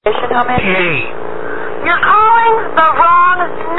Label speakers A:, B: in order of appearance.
A: Station, how many?
B: Kitty.
C: You're calling the wrong